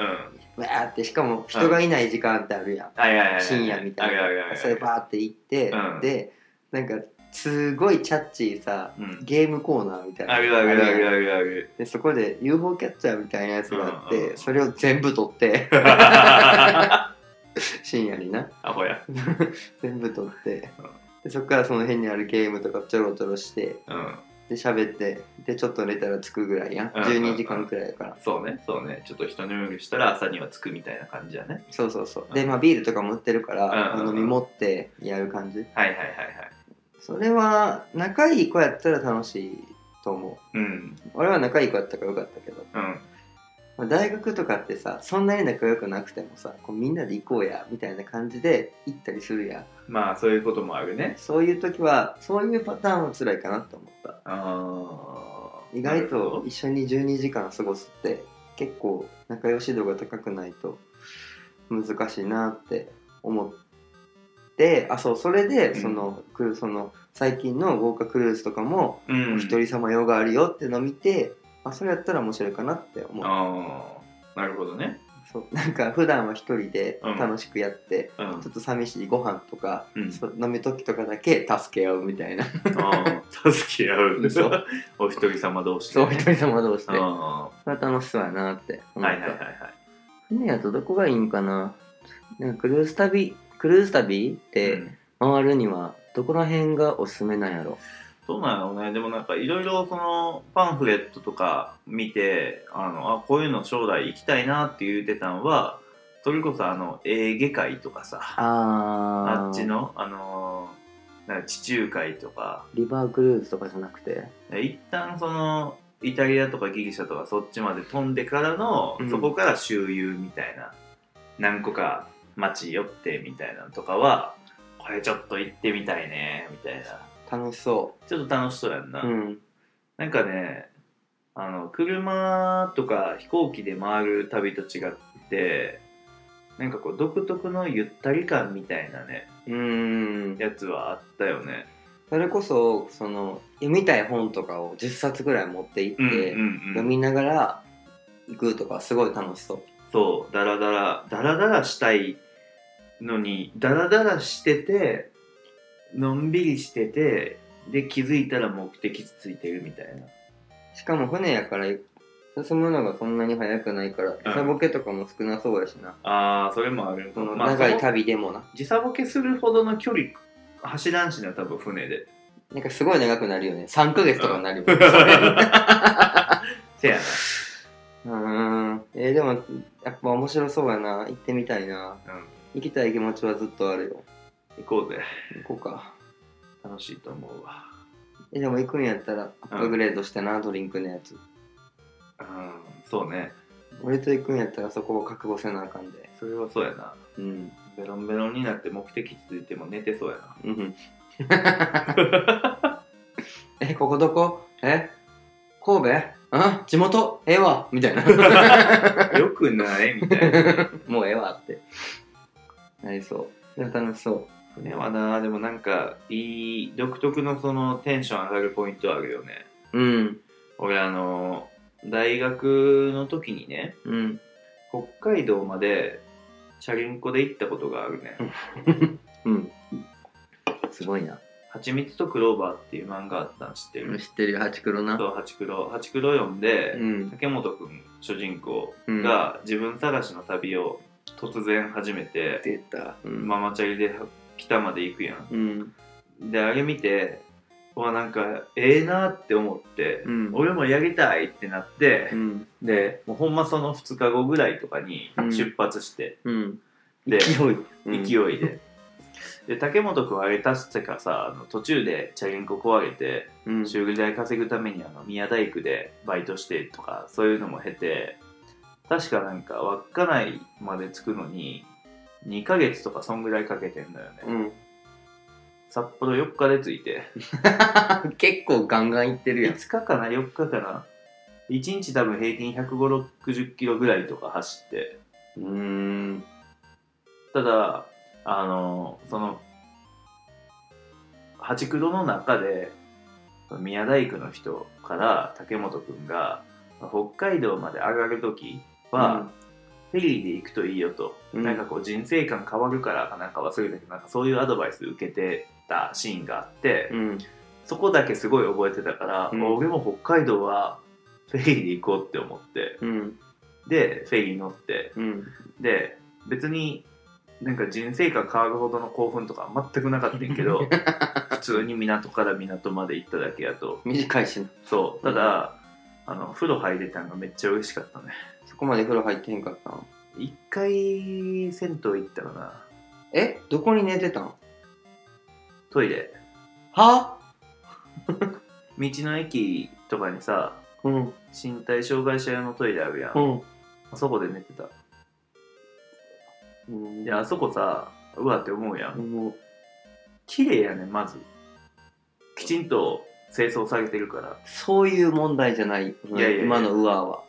Speaker 2: うん
Speaker 1: わーってしかも人がいない時間ってあるやん、
Speaker 2: はいはいはい
Speaker 1: 深夜みたい
Speaker 2: あるあるあ
Speaker 1: な
Speaker 2: る
Speaker 1: それバーって行って、
Speaker 2: うん
Speaker 1: でなんかすごいチャッチーさ
Speaker 2: うん
Speaker 1: ゲームコーナーみたいな
Speaker 2: あるあるあ
Speaker 1: ある
Speaker 2: る
Speaker 1: やん
Speaker 2: あるある
Speaker 1: でそこで UFO キャッチャーみたいなやつがあって、
Speaker 2: うんうん
Speaker 1: それを全部取って
Speaker 2: ア
Speaker 1: 深夜にな
Speaker 2: ホや。
Speaker 1: 全部取って
Speaker 2: うん
Speaker 1: でそっからその辺にあるゲームとかちょろちょろして
Speaker 2: うん。
Speaker 1: で喋ってでちょっと寝たら着くぐらいやん
Speaker 2: うんうんうん
Speaker 1: 12時間くらいやから
Speaker 2: そうね、そうね。ちょっと一眠りしたら朝には着くみたいな感じやね。
Speaker 1: そうそうそうでまあビールとかも売ってるから、
Speaker 2: うんうんうん
Speaker 1: 飲み持ってやる感じ
Speaker 2: はいはいはいはい。
Speaker 1: それは仲いい子やったら楽しいと思う
Speaker 2: うん。
Speaker 1: 俺は仲いい子やったからよかったけど、
Speaker 2: うん。
Speaker 1: まあ、大学とかってさそんなに仲良くなくてもさこうみんなで行こうやみたいな感じで行ったりするやん
Speaker 2: まあそういうこともあるね。
Speaker 1: そういう時はそういうパターンは辛いかなと思った
Speaker 2: あー
Speaker 1: 意外
Speaker 2: なるほ
Speaker 1: と
Speaker 2: ど
Speaker 1: 一緒に12時間過ごすって結構仲良し度が高くないと難しいなって思ってあそうそれでその,、クルその最近の豪華クルーズとかも
Speaker 2: うん。
Speaker 1: お一人様用があるよってのを見て、あそれやったら面白いかなって思う
Speaker 2: ああ。なるほどね。
Speaker 1: そうなんか普段は一人で
Speaker 2: うん
Speaker 1: 楽しくやって、
Speaker 2: うん。
Speaker 1: ちょっと寂しいご飯とか、
Speaker 2: うん
Speaker 1: そ飲む時とかだけ助け合うみたいな
Speaker 2: ああ。助け合う。
Speaker 1: 嘘
Speaker 2: お一人様同士 で
Speaker 1: そ
Speaker 2: ね。
Speaker 1: う一人様同士で
Speaker 2: あ
Speaker 1: それは楽しそうやなって
Speaker 2: あ。
Speaker 1: 思っ
Speaker 2: は
Speaker 1: た、
Speaker 2: いはいはいはい。
Speaker 1: 船やとどこがいいんかななんかクルーズ旅クルーズ旅って
Speaker 2: うん
Speaker 1: 回るにはどこら辺がおすすめなんやろ
Speaker 2: そうなのね。でもなんかいろいろそのパンフレットとか見て、あの、あ、こういうの将来行きたいなって言うてたんは、それこそあの、エーゲ海とかさ、あ
Speaker 1: あー
Speaker 2: っちの、あのー、なんか地中海とか、
Speaker 1: リバークルーズとかじゃなくて
Speaker 2: 一旦その、イタリアとかギリシャとかそっちまで飛んでからの、
Speaker 1: うん
Speaker 2: そこから周遊みたいな、何個か街寄ってみたいなのとかはこれちょっと行ってみたいねみたいな
Speaker 1: 楽しそ
Speaker 2: ちょっと楽しそうやんな、
Speaker 1: ううん
Speaker 2: なんかねあの車とか飛行機で回る旅と違ってなんかこう独特のゆったり感みたいなね
Speaker 1: うん
Speaker 2: やつはあったよね
Speaker 1: それこそその読みたい本とかを10冊ぐらい持って行って、
Speaker 2: うんう
Speaker 1: 読
Speaker 2: んうん、
Speaker 1: みながら行くとかすごい楽しそう
Speaker 2: そうダラダラダラダラしたいのにダラダラしててのんびりしててで気づいたら目的地ついてるみたいな
Speaker 1: しかも船やから進むのがそんなに速くないから時差ボケとかも少なそうやしな、
Speaker 2: あーそれもある
Speaker 1: その
Speaker 2: まあ
Speaker 1: 長い
Speaker 2: その
Speaker 1: 旅でもな
Speaker 2: 時差ボケするほどの距離走らんしな多分船で
Speaker 1: なんかすごい長くなるよね3ヶ月とかになるよね、
Speaker 2: せやな
Speaker 1: うーんえーでもやっぱ面白そうやな行ってみたいな、
Speaker 2: うん
Speaker 1: 行きたい気持ちはずっとあるよ
Speaker 2: 行こうぜ
Speaker 1: 行こうか
Speaker 2: 楽しいと思うわ
Speaker 1: えでも行くんやったらアップグレードしてな、ドリンクのやつ
Speaker 2: うんそうね
Speaker 1: 俺と行くんやったらそこを覚悟せなあかんで
Speaker 2: それはそうやな
Speaker 1: うん
Speaker 2: ベロンベロンになって目的地ついても寝てそうや な
Speaker 1: うん えここどこえ神戸あ地元ええわみたいな
Speaker 2: よくないみたい な。
Speaker 1: もうええわってなりそういや楽しそう
Speaker 2: 船はな、でもなんか、いい、独特のそのテンション上がるポイントあるよね。
Speaker 1: うん
Speaker 2: 俺あの、大学の時にね、
Speaker 1: うん
Speaker 2: 北海道まで、チャリンコで行ったことがあるね。
Speaker 1: うんすごいな
Speaker 2: 蜂蜜とクローバーっていう漫画あったん知ってる
Speaker 1: 知ってるよハチクロな
Speaker 2: そう、ハチクロ。ハチクロ読んで、
Speaker 1: うん
Speaker 2: 竹本くん、主人公が自分探しの旅を突然始めて、
Speaker 1: 出たうん
Speaker 2: ママチャリで北まで行くやん。
Speaker 1: うん
Speaker 2: であれ見てうわなんかええなって思って、
Speaker 1: うん
Speaker 2: 俺もやりたいってなって
Speaker 1: う、ん
Speaker 2: でもうほんまその2日後ぐらいとかに
Speaker 1: うん
Speaker 2: 出発して、
Speaker 1: うん
Speaker 2: で
Speaker 1: 勢いうん
Speaker 2: 勢いで。で竹本君あれ確かさあの途中でチャリンコ壊れて
Speaker 1: うん
Speaker 2: 修理代稼ぐためにあの宮大工でバイトしてとかそういうのも経て確かなんか稚内まで着くのに2ヶ月とかそんぐらいかけてんだよね、
Speaker 1: うん
Speaker 2: 札幌4日で着いて
Speaker 1: 結構ガンガンいってるやん
Speaker 2: 5日かな4日かな1日多分平均15060キロぐらいとか走って
Speaker 1: うん
Speaker 2: ただあのそのハチクロの中で宮大工の人から竹本くんが北海道まで上がる時は、フェリーで行くといいよと、
Speaker 1: うん
Speaker 2: なんかこう人生観変わるからかなんか忘れたけどなんかそういうアドバイス受けてたシーンがあって、
Speaker 1: うん
Speaker 2: そこだけすごい覚えてたから、
Speaker 1: うん
Speaker 2: もう俺も北海道はフェリーで行こうって思って
Speaker 1: うん
Speaker 2: でフェリー乗って
Speaker 1: うん
Speaker 2: で別になんか人生観変わるほどの興奮とか全くなかったんやけど普通に港から港まで行っただけやと
Speaker 1: 短いしな
Speaker 2: そうただ、あの風呂入れたのがめっちゃ嬉しかったね
Speaker 1: そこまで風呂入ってへんかったん
Speaker 2: 一回銭湯行ったかな
Speaker 1: えどこに寝てたんは
Speaker 2: トイレ
Speaker 1: あ
Speaker 2: 道の駅とかにさ
Speaker 1: うん
Speaker 2: 身体障害者用のトイレあるやん、
Speaker 1: うん
Speaker 2: あそこで寝てた
Speaker 1: うん
Speaker 2: であそこさうわって思うやん
Speaker 1: もう
Speaker 2: 綺麗やねまずきちんと清掃されてるから
Speaker 1: そういう問題じゃない
Speaker 2: やいや
Speaker 1: 今のウアーは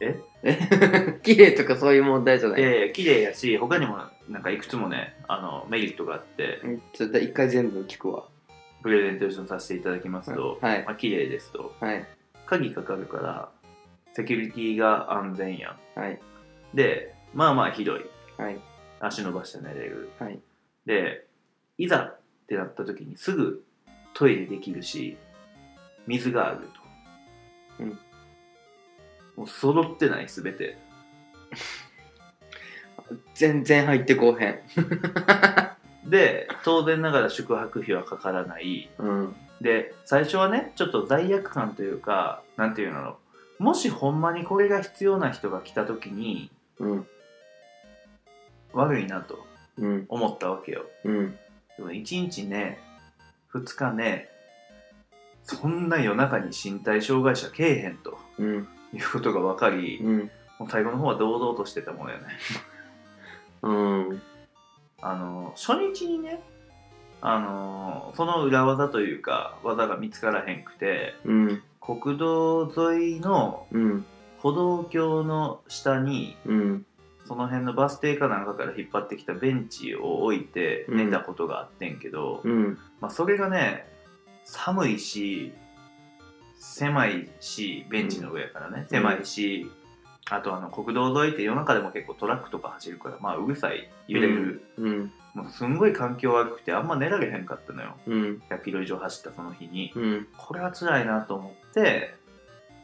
Speaker 2: え
Speaker 1: え 綺麗とかそういう問題じゃない
Speaker 2: で綺麗やし他にもなんかいくつもねあのメリットがあって
Speaker 1: うんちょっと一回全部聞くわ
Speaker 2: プレゼンテーションさせていただきますと、
Speaker 1: はい
Speaker 2: まあ綺麗ですと
Speaker 1: はい
Speaker 2: 鍵かかるからセキュリティが安全やん
Speaker 1: はい
Speaker 2: でまあまあひどい
Speaker 1: はい
Speaker 2: 足伸ばして寝れる
Speaker 1: はい
Speaker 2: でいざってなった時にすぐトイレできるし水がある
Speaker 1: う
Speaker 2: と、
Speaker 1: ん
Speaker 2: もう揃ってない全て
Speaker 1: 全然入ってこうへん
Speaker 2: で当然ながら宿泊費はかからない
Speaker 1: うん
Speaker 2: で最初はねちょっと罪悪感というかなんていうのもしほんまにこれが必要な人が来た時に
Speaker 1: うん
Speaker 2: 悪いなと
Speaker 1: うん
Speaker 2: 思ったわけよ
Speaker 1: うん
Speaker 2: でも1日ね2日ねそんな夜中に身体障害者けえへんと
Speaker 1: うん
Speaker 2: いうことが分かり
Speaker 1: うん
Speaker 2: もう最後の方は堂々としてたもんやね
Speaker 3: うん。
Speaker 2: あの初日にねあのその裏技というか技が見つからへんくて
Speaker 3: うん。
Speaker 2: 国道沿いの
Speaker 3: うん。
Speaker 2: 歩道橋の下に
Speaker 3: うん。
Speaker 2: その辺のバス停かなんかから引っ張ってきたベンチを置いて
Speaker 3: うん
Speaker 2: 寝たことがあってんけど、
Speaker 3: うん。
Speaker 2: まあ、それがね寒いし狭いしベンチの上やからね、狭いしあとあの国道沿いって夜中でも結構トラックとか走るからまあうるさい揺れる、
Speaker 3: うん。
Speaker 2: もうすんごい環境悪くてあんま寝られへんかったのよ
Speaker 3: うん。
Speaker 2: 100キロ以上走ったその日に
Speaker 3: うん。
Speaker 2: これは辛いなと思って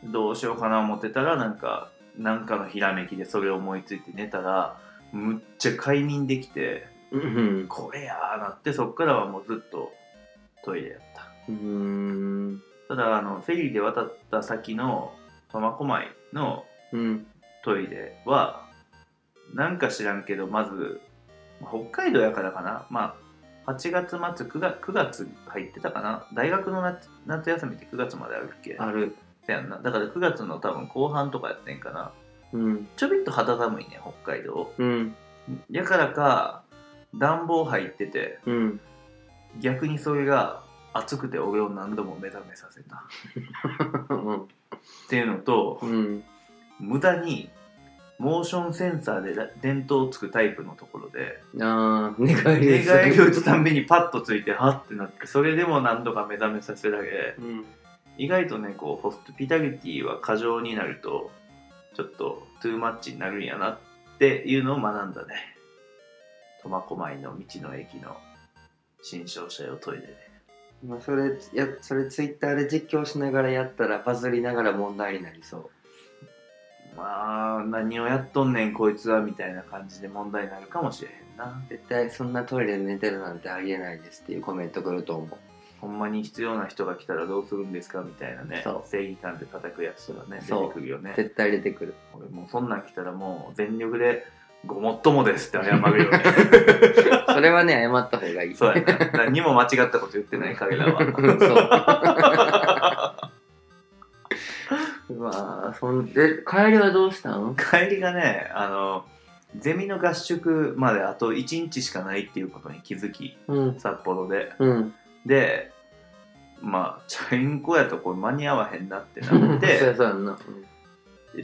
Speaker 2: どうしようかな思ってたらなんかなんかのひらめきでそれを思いついて寝たらむっちゃ快眠できて
Speaker 3: うん。
Speaker 2: これやーなってそっからはもうずっとトイレやった
Speaker 3: うん。
Speaker 2: ただあのフェリーで渡った先の苫小牧の
Speaker 3: うん。
Speaker 2: トイレはなんか知らんけどまずまあ北海道やからかなまあ8月末9月 ,9 月入ってたかな大学の夏夏休みって9月まであるっけ
Speaker 3: ある。
Speaker 2: せやんなだから9月の多分後半とかやってんかな
Speaker 3: うん。
Speaker 2: ちょびっと肌寒いね北海道
Speaker 3: うん。
Speaker 2: やからか暖房入ってて
Speaker 3: うん。
Speaker 2: 逆にそれが暑くて俺を何度も目覚めさせたっていうのと
Speaker 3: うん。
Speaker 2: 無駄にモーションセンサーでら電灯をつくタイプのところで
Speaker 3: ああ、寝返り
Speaker 2: 寝返りを打つたん
Speaker 3: び。
Speaker 2: びにパッとついてはってなってそれでも何度か目覚めさせられ
Speaker 3: うん。
Speaker 2: 意外とねこうホスピタリティは過剰になるとちょっとトゥーマッチになるんやなっていうのを学んだね苫小牧の道の駅の新商社用トイレで
Speaker 1: まあ、それやそれツイッターで実況しながらやったらバズりながら問題になりそう
Speaker 2: まあ何をやっとんねんこいつはみたいな感じで問題になるかもしれへんな
Speaker 1: 絶対そんなトイレで寝てるなんてありえないですっていうコメントくると思う
Speaker 2: ほんまに必要な人が来たらどうするんですかみたいなね
Speaker 1: そう
Speaker 2: 正義感で叩くやつとかね出
Speaker 1: そう
Speaker 2: てくるよね
Speaker 1: 絶対出てくる
Speaker 2: 俺もうそんなん来たらもう全力で「ごもっともです」って謝 るよね
Speaker 1: それはね謝った方がいい
Speaker 2: そうやな何も間違ったこと言ってない彼らは
Speaker 1: うん そう。うわあ、そんで帰りはどうしたん？
Speaker 2: 帰りがねあのゼミの合宿まであと1日しかないっていうことに気づき
Speaker 1: うん
Speaker 2: 札幌で
Speaker 1: うん。
Speaker 2: でまあチャリンコやとこれ間に合わへんなって
Speaker 1: そう
Speaker 2: なっ
Speaker 1: や
Speaker 2: て
Speaker 1: そうやんな。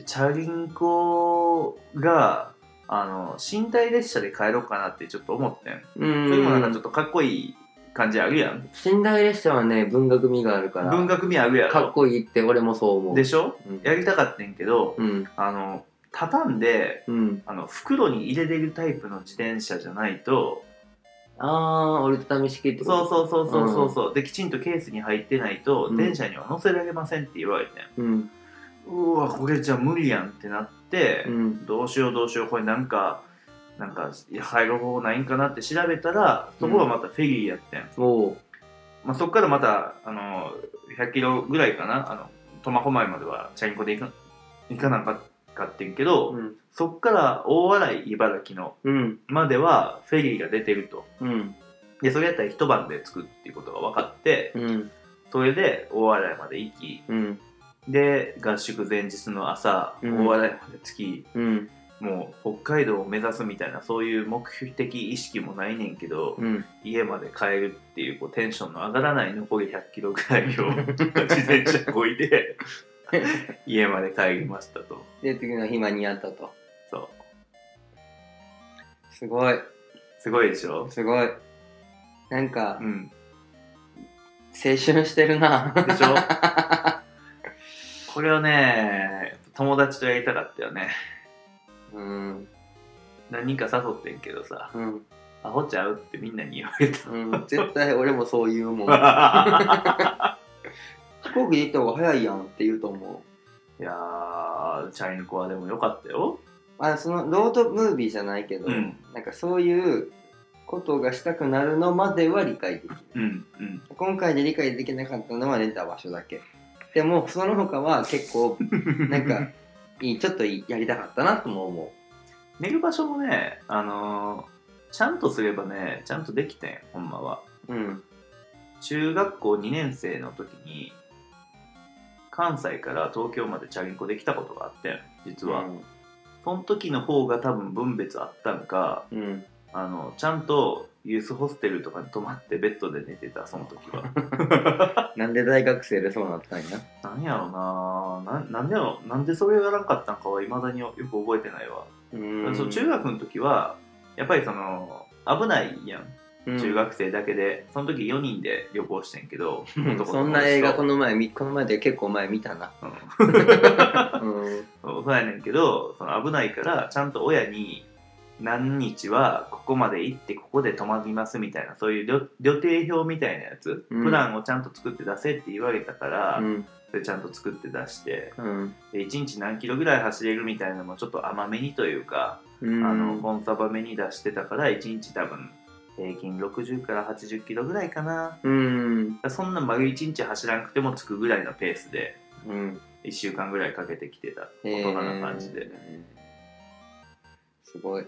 Speaker 2: チャリンコがあの寝台列車で帰ろうかなってちょっと思ってん
Speaker 1: う
Speaker 2: それもなんかちょ
Speaker 1: ん
Speaker 2: っ。とかっこいい感じあるやん
Speaker 1: 寝台列車はね文学味があるから。
Speaker 2: 文学味あるやろ
Speaker 1: かっこいいって俺もそう思う。
Speaker 2: でしょ
Speaker 1: うん
Speaker 2: やりたかったんけど
Speaker 1: うん
Speaker 2: あの畳んで
Speaker 1: うん。
Speaker 2: あの袋に入れれるタイプの自転車じゃないと
Speaker 1: ああ、折りたたみ式って
Speaker 2: そう
Speaker 1: う
Speaker 2: そうそうそうそうそう、できちんとケースに入ってないと、
Speaker 1: うん
Speaker 2: 電車には乗せられませんって言われて
Speaker 1: そう。うん
Speaker 2: うわこれじゃ無理やんってなって
Speaker 1: う、ん
Speaker 2: どうしようどうしようこれなんかなんか入る方法ないんかなって調べたらそこはまたフェリーやってん、
Speaker 1: おう
Speaker 2: まあ、そこからまたあの100キロぐらいかなあの苫小牧まではチャリンコで行か行かなかってんけど、
Speaker 1: うん
Speaker 2: そこから大洗茨城の
Speaker 1: うん
Speaker 2: まではフェリーが出てると
Speaker 1: うん
Speaker 2: でそれやったら一晩で着くっていうことが分かって
Speaker 1: うん
Speaker 2: それで大洗まで行き
Speaker 1: うん
Speaker 2: で合宿前日の朝大
Speaker 1: うん
Speaker 2: 洗まで着き、
Speaker 1: うん
Speaker 2: もう北海道を目指すみたいなそういう目的意識もないねんけど、
Speaker 1: うん
Speaker 2: 家まで帰るっていうこうテンションの上がらない残り100キロぐらいを自転車こ いで家まで帰りましたと
Speaker 1: で次の日間に合ったと。
Speaker 2: そう
Speaker 1: すごい
Speaker 2: すごいでしょ、
Speaker 1: すごい。なんか
Speaker 2: うん、
Speaker 1: 青春してるな。
Speaker 2: でしょこれをね友達とやりたかったよね
Speaker 1: うん
Speaker 2: 何人か誘ってんけどさ
Speaker 1: うん。
Speaker 2: アホちゃうってみんなに言われ た
Speaker 1: うん、絶対俺もそう言うもん 飛行機で行った方が早いやんって言うと思う
Speaker 2: いやーチャインコはでもよかったよ
Speaker 1: あそのロードムービーじゃないけど、
Speaker 2: うん
Speaker 1: なんかそういうことがしたくなるのまでは理解できる
Speaker 2: うんうん
Speaker 1: 今回で理解できなかったのは寝た場所だけでもその他は結 構なんかいいちょっといいやりたかったなとも思
Speaker 2: 寝る場所もねあのーちゃんとすればねちゃんとできてんほんまは
Speaker 1: ううん
Speaker 2: 中学校2年生の時に関西から東京までチャリンコできたことがあってん実は、
Speaker 1: うん
Speaker 2: その時の方が多分分別あったんか
Speaker 1: うん
Speaker 2: あのちゃんとユースホステルとかに泊まってベッドで寝てたその時は
Speaker 1: なんで大学生でそうなったんや
Speaker 2: なんやろうなななんやろなんでそれをやらんかったんかはいまだによく覚えてないわ、
Speaker 1: うん
Speaker 2: そう中学の時はやっぱりその危ないやん中学生だけで、その時4人で旅行してんけど
Speaker 1: うん
Speaker 2: 男の子
Speaker 1: そんな映画こ
Speaker 2: の
Speaker 1: の前みこの前で結構前見た な
Speaker 2: 人、うん
Speaker 1: うん
Speaker 2: そうそうやねんけどその危ないからちゃんと親に何日はここまで行ってここで泊まりますみたいなそういう旅旅程表みたいなやつ、
Speaker 1: うん
Speaker 2: プランをちゃんと作って出せって言われたから、
Speaker 1: うん
Speaker 2: それちゃんと作って出して
Speaker 1: うん
Speaker 2: で1日何キロぐらい走れるみたいなのもちょっと甘めにというか、
Speaker 1: うん
Speaker 2: あのコンサバめに出してたから1日多分平均60から80キロぐらいかな
Speaker 1: うん
Speaker 2: だからそんな丸1日走らなくてもつくぐらいのペースで
Speaker 1: うん
Speaker 2: 1週間ぐらいかけてきてた大人な感じで、
Speaker 1: えーすごい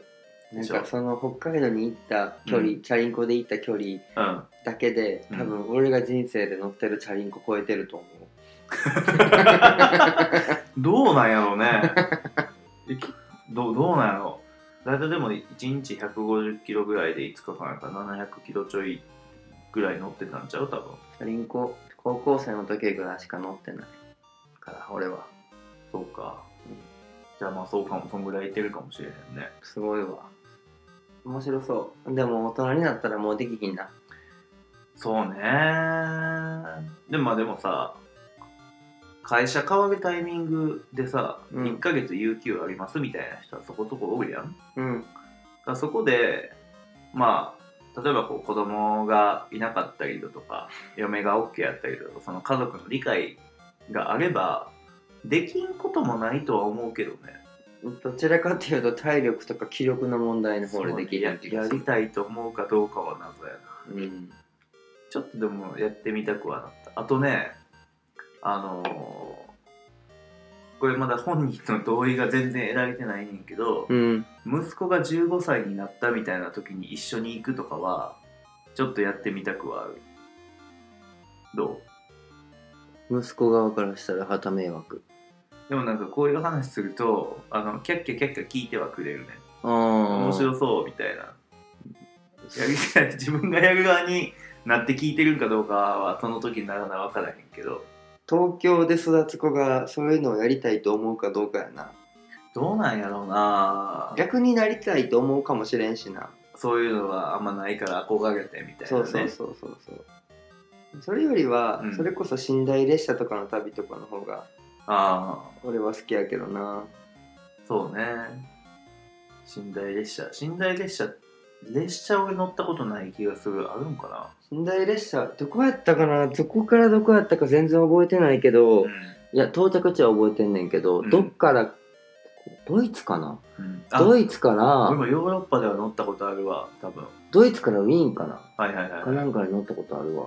Speaker 1: な
Speaker 2: で
Speaker 1: ん
Speaker 2: しょ
Speaker 1: かその北海道に行った距離、
Speaker 2: う
Speaker 1: チャリンコで行った距離
Speaker 2: うん
Speaker 1: だけで
Speaker 2: うん
Speaker 1: 多分俺が人生で乗ってるチャリンコ超えてると思う、
Speaker 2: どうなんやろう ねいきどうどうなんやろう大体でも1日150キロぐらいで5日間やから700キロちょいぐらい乗ってたんちゃう多分
Speaker 1: チャリンコ高校生の時ぐらいしか乗ってないから俺は
Speaker 2: そうか
Speaker 1: うん
Speaker 2: じゃあまあそうかもそんぐらいいってるかもしれへんね
Speaker 1: すごいわ面白そうでも大人になったらもうできひんな
Speaker 2: そうねでもまあでもさ会社変わるタイミングでさ、
Speaker 1: うん
Speaker 2: 1ヶ月有給ありますみたいな人はそこそこ多いやん
Speaker 1: うん
Speaker 2: だからそこでまあ例えばこう子供がいなかったりだとか嫁が OK やったりだとかその家族の理解があればできんこともないとは思うけどね
Speaker 1: どちらかっていうと体力とか気力の問題の方ででき
Speaker 2: や
Speaker 1: る気が
Speaker 2: や
Speaker 1: す
Speaker 2: り
Speaker 1: る
Speaker 2: たいと思うかどうかは謎やな
Speaker 1: うん
Speaker 2: ちょっとでもやってみたくはなったあとねあのーこれまだ本人の同意が全然得られてないねんけど、
Speaker 1: うん
Speaker 2: 息子が15歳になったみたいな時に一緒に行くとかはちょっとやってみたくはあるど
Speaker 1: 息子側からしたら旗迷惑
Speaker 2: うでもなんかこういう話するとあのキャッキャキャッキャ聞いてはくれるね
Speaker 1: ああ
Speaker 2: 面白そうみたいなやりたい自分がやる側になって聞いてるんかどうかはその時にならな分からへんけど
Speaker 1: 東京で育つ子がそういうのをやりたいと思うかどうかやな
Speaker 2: どうなんやろうな
Speaker 1: 逆になりたいと思うかもしれんしな、
Speaker 2: そういうのはあんまないから憧れてみたいなね
Speaker 1: そうそうそうそうそうそれよりは、
Speaker 2: うん
Speaker 1: それこそ寝台列車とかの旅とかの方が
Speaker 2: ああ
Speaker 1: 俺は好きやけどな
Speaker 2: そうね。寝台列車。寝台列車、列車俺乗ったことない気がする。あるんか
Speaker 1: 寝台列車どこやったかなどこからどこやったか全然覚えてないけど、
Speaker 2: な、
Speaker 1: いや到着地は覚えてんねんけど、
Speaker 2: うん
Speaker 1: どっからドイツかな
Speaker 2: うん
Speaker 1: ド
Speaker 2: あ、
Speaker 1: イツか
Speaker 2: 俺
Speaker 1: ら
Speaker 2: もヨーロッパでは乗ったことあるわ、多分。
Speaker 1: ドイツからウィーンかな
Speaker 2: はいはいはい
Speaker 1: か
Speaker 2: は。
Speaker 1: ないんかに乗ったことあるわ
Speaker 2: あ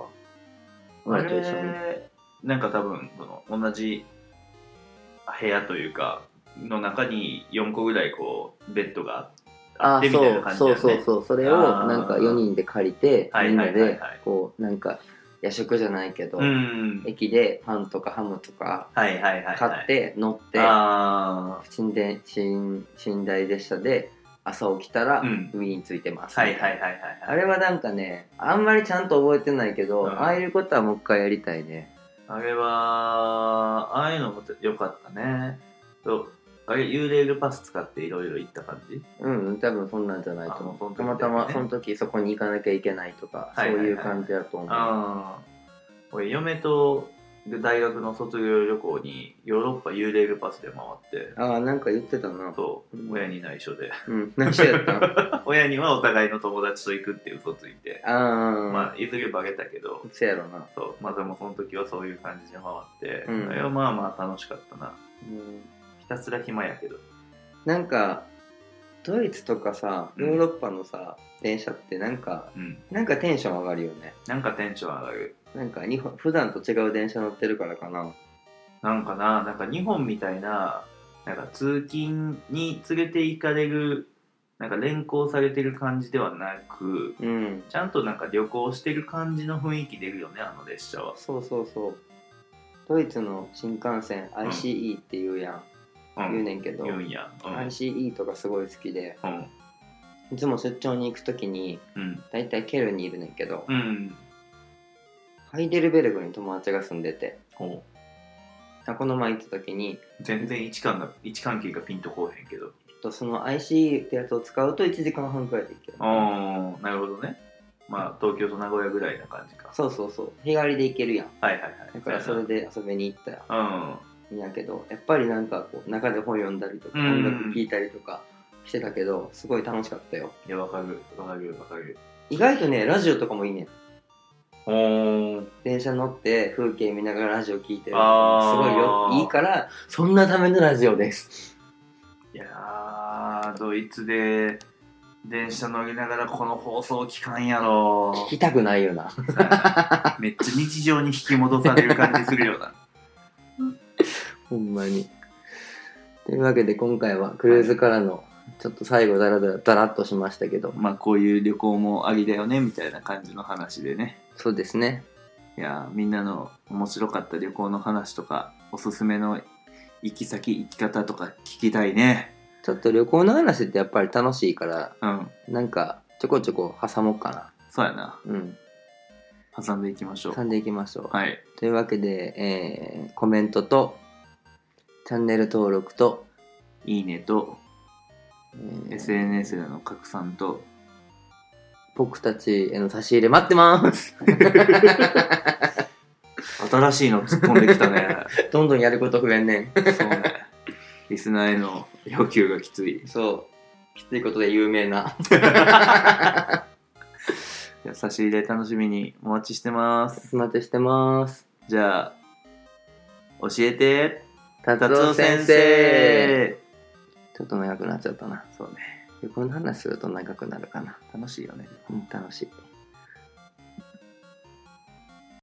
Speaker 1: 俺と一緒に
Speaker 2: れ、なんか多分、その同じ部屋というか、の中に4個ぐらいこう、ベッドがあ
Speaker 1: あ
Speaker 2: ってみたいな
Speaker 1: ー
Speaker 2: 感じ
Speaker 1: そう
Speaker 2: だよ
Speaker 1: そうそう
Speaker 2: ね。
Speaker 1: そうそれを
Speaker 2: あー
Speaker 1: なんか4人で借りて
Speaker 2: はい
Speaker 1: みんな
Speaker 2: はいはい
Speaker 1: で
Speaker 2: はい
Speaker 1: こうなんか夜食じゃないけど、
Speaker 2: うん。
Speaker 1: 駅でパンとかハムとか
Speaker 2: はいはいはい、はい。
Speaker 1: 買って乗って
Speaker 2: あ
Speaker 1: 寝台寝寝台列車で朝起きたら
Speaker 2: あ。うん。
Speaker 1: 海についてます、
Speaker 2: はいはいはいはいはい。
Speaker 1: あれはなんかねあんまりちゃんと覚えてないけど、
Speaker 2: うん
Speaker 1: ああいうことはもう一回やりたいね
Speaker 2: あれは、ああいうのも良かったね。そう。あれ、幽霊ルパス使っていろいろ行った感じ
Speaker 1: うん多分そんなんじゃないと
Speaker 2: あそ
Speaker 1: 思
Speaker 2: の
Speaker 1: う
Speaker 2: 時
Speaker 1: た
Speaker 2: だよ
Speaker 1: ま
Speaker 2: ね
Speaker 1: たまその時そこに行かなきゃいけないとか、
Speaker 2: はいはいは
Speaker 1: そ
Speaker 2: い
Speaker 1: ういう感じだと思う
Speaker 2: ああ。俺、嫁と大学の卒業旅行にヨーロッパ幽霊ルパスで回って、
Speaker 1: ああなんか言ってたな
Speaker 2: そう、
Speaker 1: うん
Speaker 2: 親に内緒で。
Speaker 1: うん何しやったんあ
Speaker 2: 親にはお互いの友達と行くって嘘ついて、
Speaker 1: あ、
Speaker 2: まあ、いずれバレたけど、
Speaker 1: せやろな、
Speaker 2: そう、まあでもその時はそういう感じで回って、
Speaker 1: うん
Speaker 2: あれはまあまあ楽しかったな。
Speaker 1: うん、
Speaker 2: ひたすら暇やけど。
Speaker 1: なんかドイツとかさヨーロッパのさ、電車ってなんか
Speaker 2: うん。
Speaker 1: なんかテンション上がるよね
Speaker 2: なんかテンション上がる。
Speaker 1: なんか日本普段と違う電車乗ってるからかな
Speaker 2: なんかな、なんか日本みたいな、なんか通勤に連れて行かれる、なんか連行されてる感じではなく、
Speaker 1: うん
Speaker 2: ちゃんとなんか旅行してる感じの雰囲気出るよね、あの列車は。
Speaker 1: そうそうそうドイツの新幹線 ICE っていうやん、
Speaker 2: うん
Speaker 1: 言うねんけど、
Speaker 2: 言うんや。うん。
Speaker 1: ICE とかすごい好きで
Speaker 2: うん。
Speaker 1: いつも出張に行く時に
Speaker 2: うん。
Speaker 1: 大体ケルンにいるねんけど、
Speaker 2: うん。
Speaker 1: ハイデルベルグに友達が住んでて
Speaker 2: ほ
Speaker 1: あこの前行った時に
Speaker 2: う全然位置感が、位置関係がピンとこうへんけど。
Speaker 1: とその ICE ってやつを使うと1時間半くらいで行ける
Speaker 2: ああ、なるほどね。まあ、東京と名古屋ぐらいな感じか。
Speaker 1: そうそうそう日帰りで行けるやん
Speaker 2: はいはいはい。
Speaker 1: だからそれで遊びに行ったら
Speaker 2: う
Speaker 1: い
Speaker 2: ん。
Speaker 1: いんやけどやっぱりなんかこう中で本読んだりとか
Speaker 2: うん
Speaker 1: 音楽聴いたりとかしてたけどすごい楽しかったよ
Speaker 2: いや、わかる。わかる。わかる。
Speaker 1: 意外とねラジオとかもいいねん
Speaker 2: おー。
Speaker 1: 電車乗って風景見ながらラジオ聴いてるす
Speaker 2: あー
Speaker 1: ごいよいいからそんなためのラジオです
Speaker 2: いやー、ドイツで電車乗りながらこの放送期間やろ。
Speaker 1: 聞きたくないよな
Speaker 2: めっちゃ日常に引き戻される感じするような。
Speaker 1: ほんまにというわけで今回はクルーズからのちょっと最後ダラダラダラっとしましたけど
Speaker 2: まあこういう旅行もありだよねみたいな感じの話でね
Speaker 1: そうですね
Speaker 2: いやーみんなの面白かった旅行の話とかおすすめの行き先行き方とか聞きたいね
Speaker 1: ちょっと旅行の話ってやっぱり楽しいから
Speaker 2: うん
Speaker 1: なんかちょこちょこ挟もうかな
Speaker 2: そうやな
Speaker 1: うん
Speaker 2: 挟んでいきましょ
Speaker 1: 挟
Speaker 2: うん
Speaker 1: でいきましょう
Speaker 2: はい
Speaker 1: というわけで、えーコメントとチャンネル登録と、
Speaker 2: いいねと
Speaker 1: えー
Speaker 2: SNS での拡散と
Speaker 1: 僕たちへの差し入れ待ってます
Speaker 2: 新しいの突っ込んでき たね
Speaker 1: どんどんやること増えん ね
Speaker 2: そうねリスナーへの要求がきつい
Speaker 1: んそうきついことで有名な
Speaker 2: じゃあ差し入れ楽しみにお待ちしてます
Speaker 1: お待ちしてます
Speaker 2: じゃあ教えて
Speaker 1: 達
Speaker 2: 達
Speaker 1: 夫
Speaker 2: 夫
Speaker 1: 先
Speaker 2: 先
Speaker 1: 生
Speaker 2: 生
Speaker 1: ちょっと長くなっちゃったな
Speaker 2: そうね
Speaker 1: この話すると長くなるかな
Speaker 2: 楽しいよね
Speaker 1: うん楽しい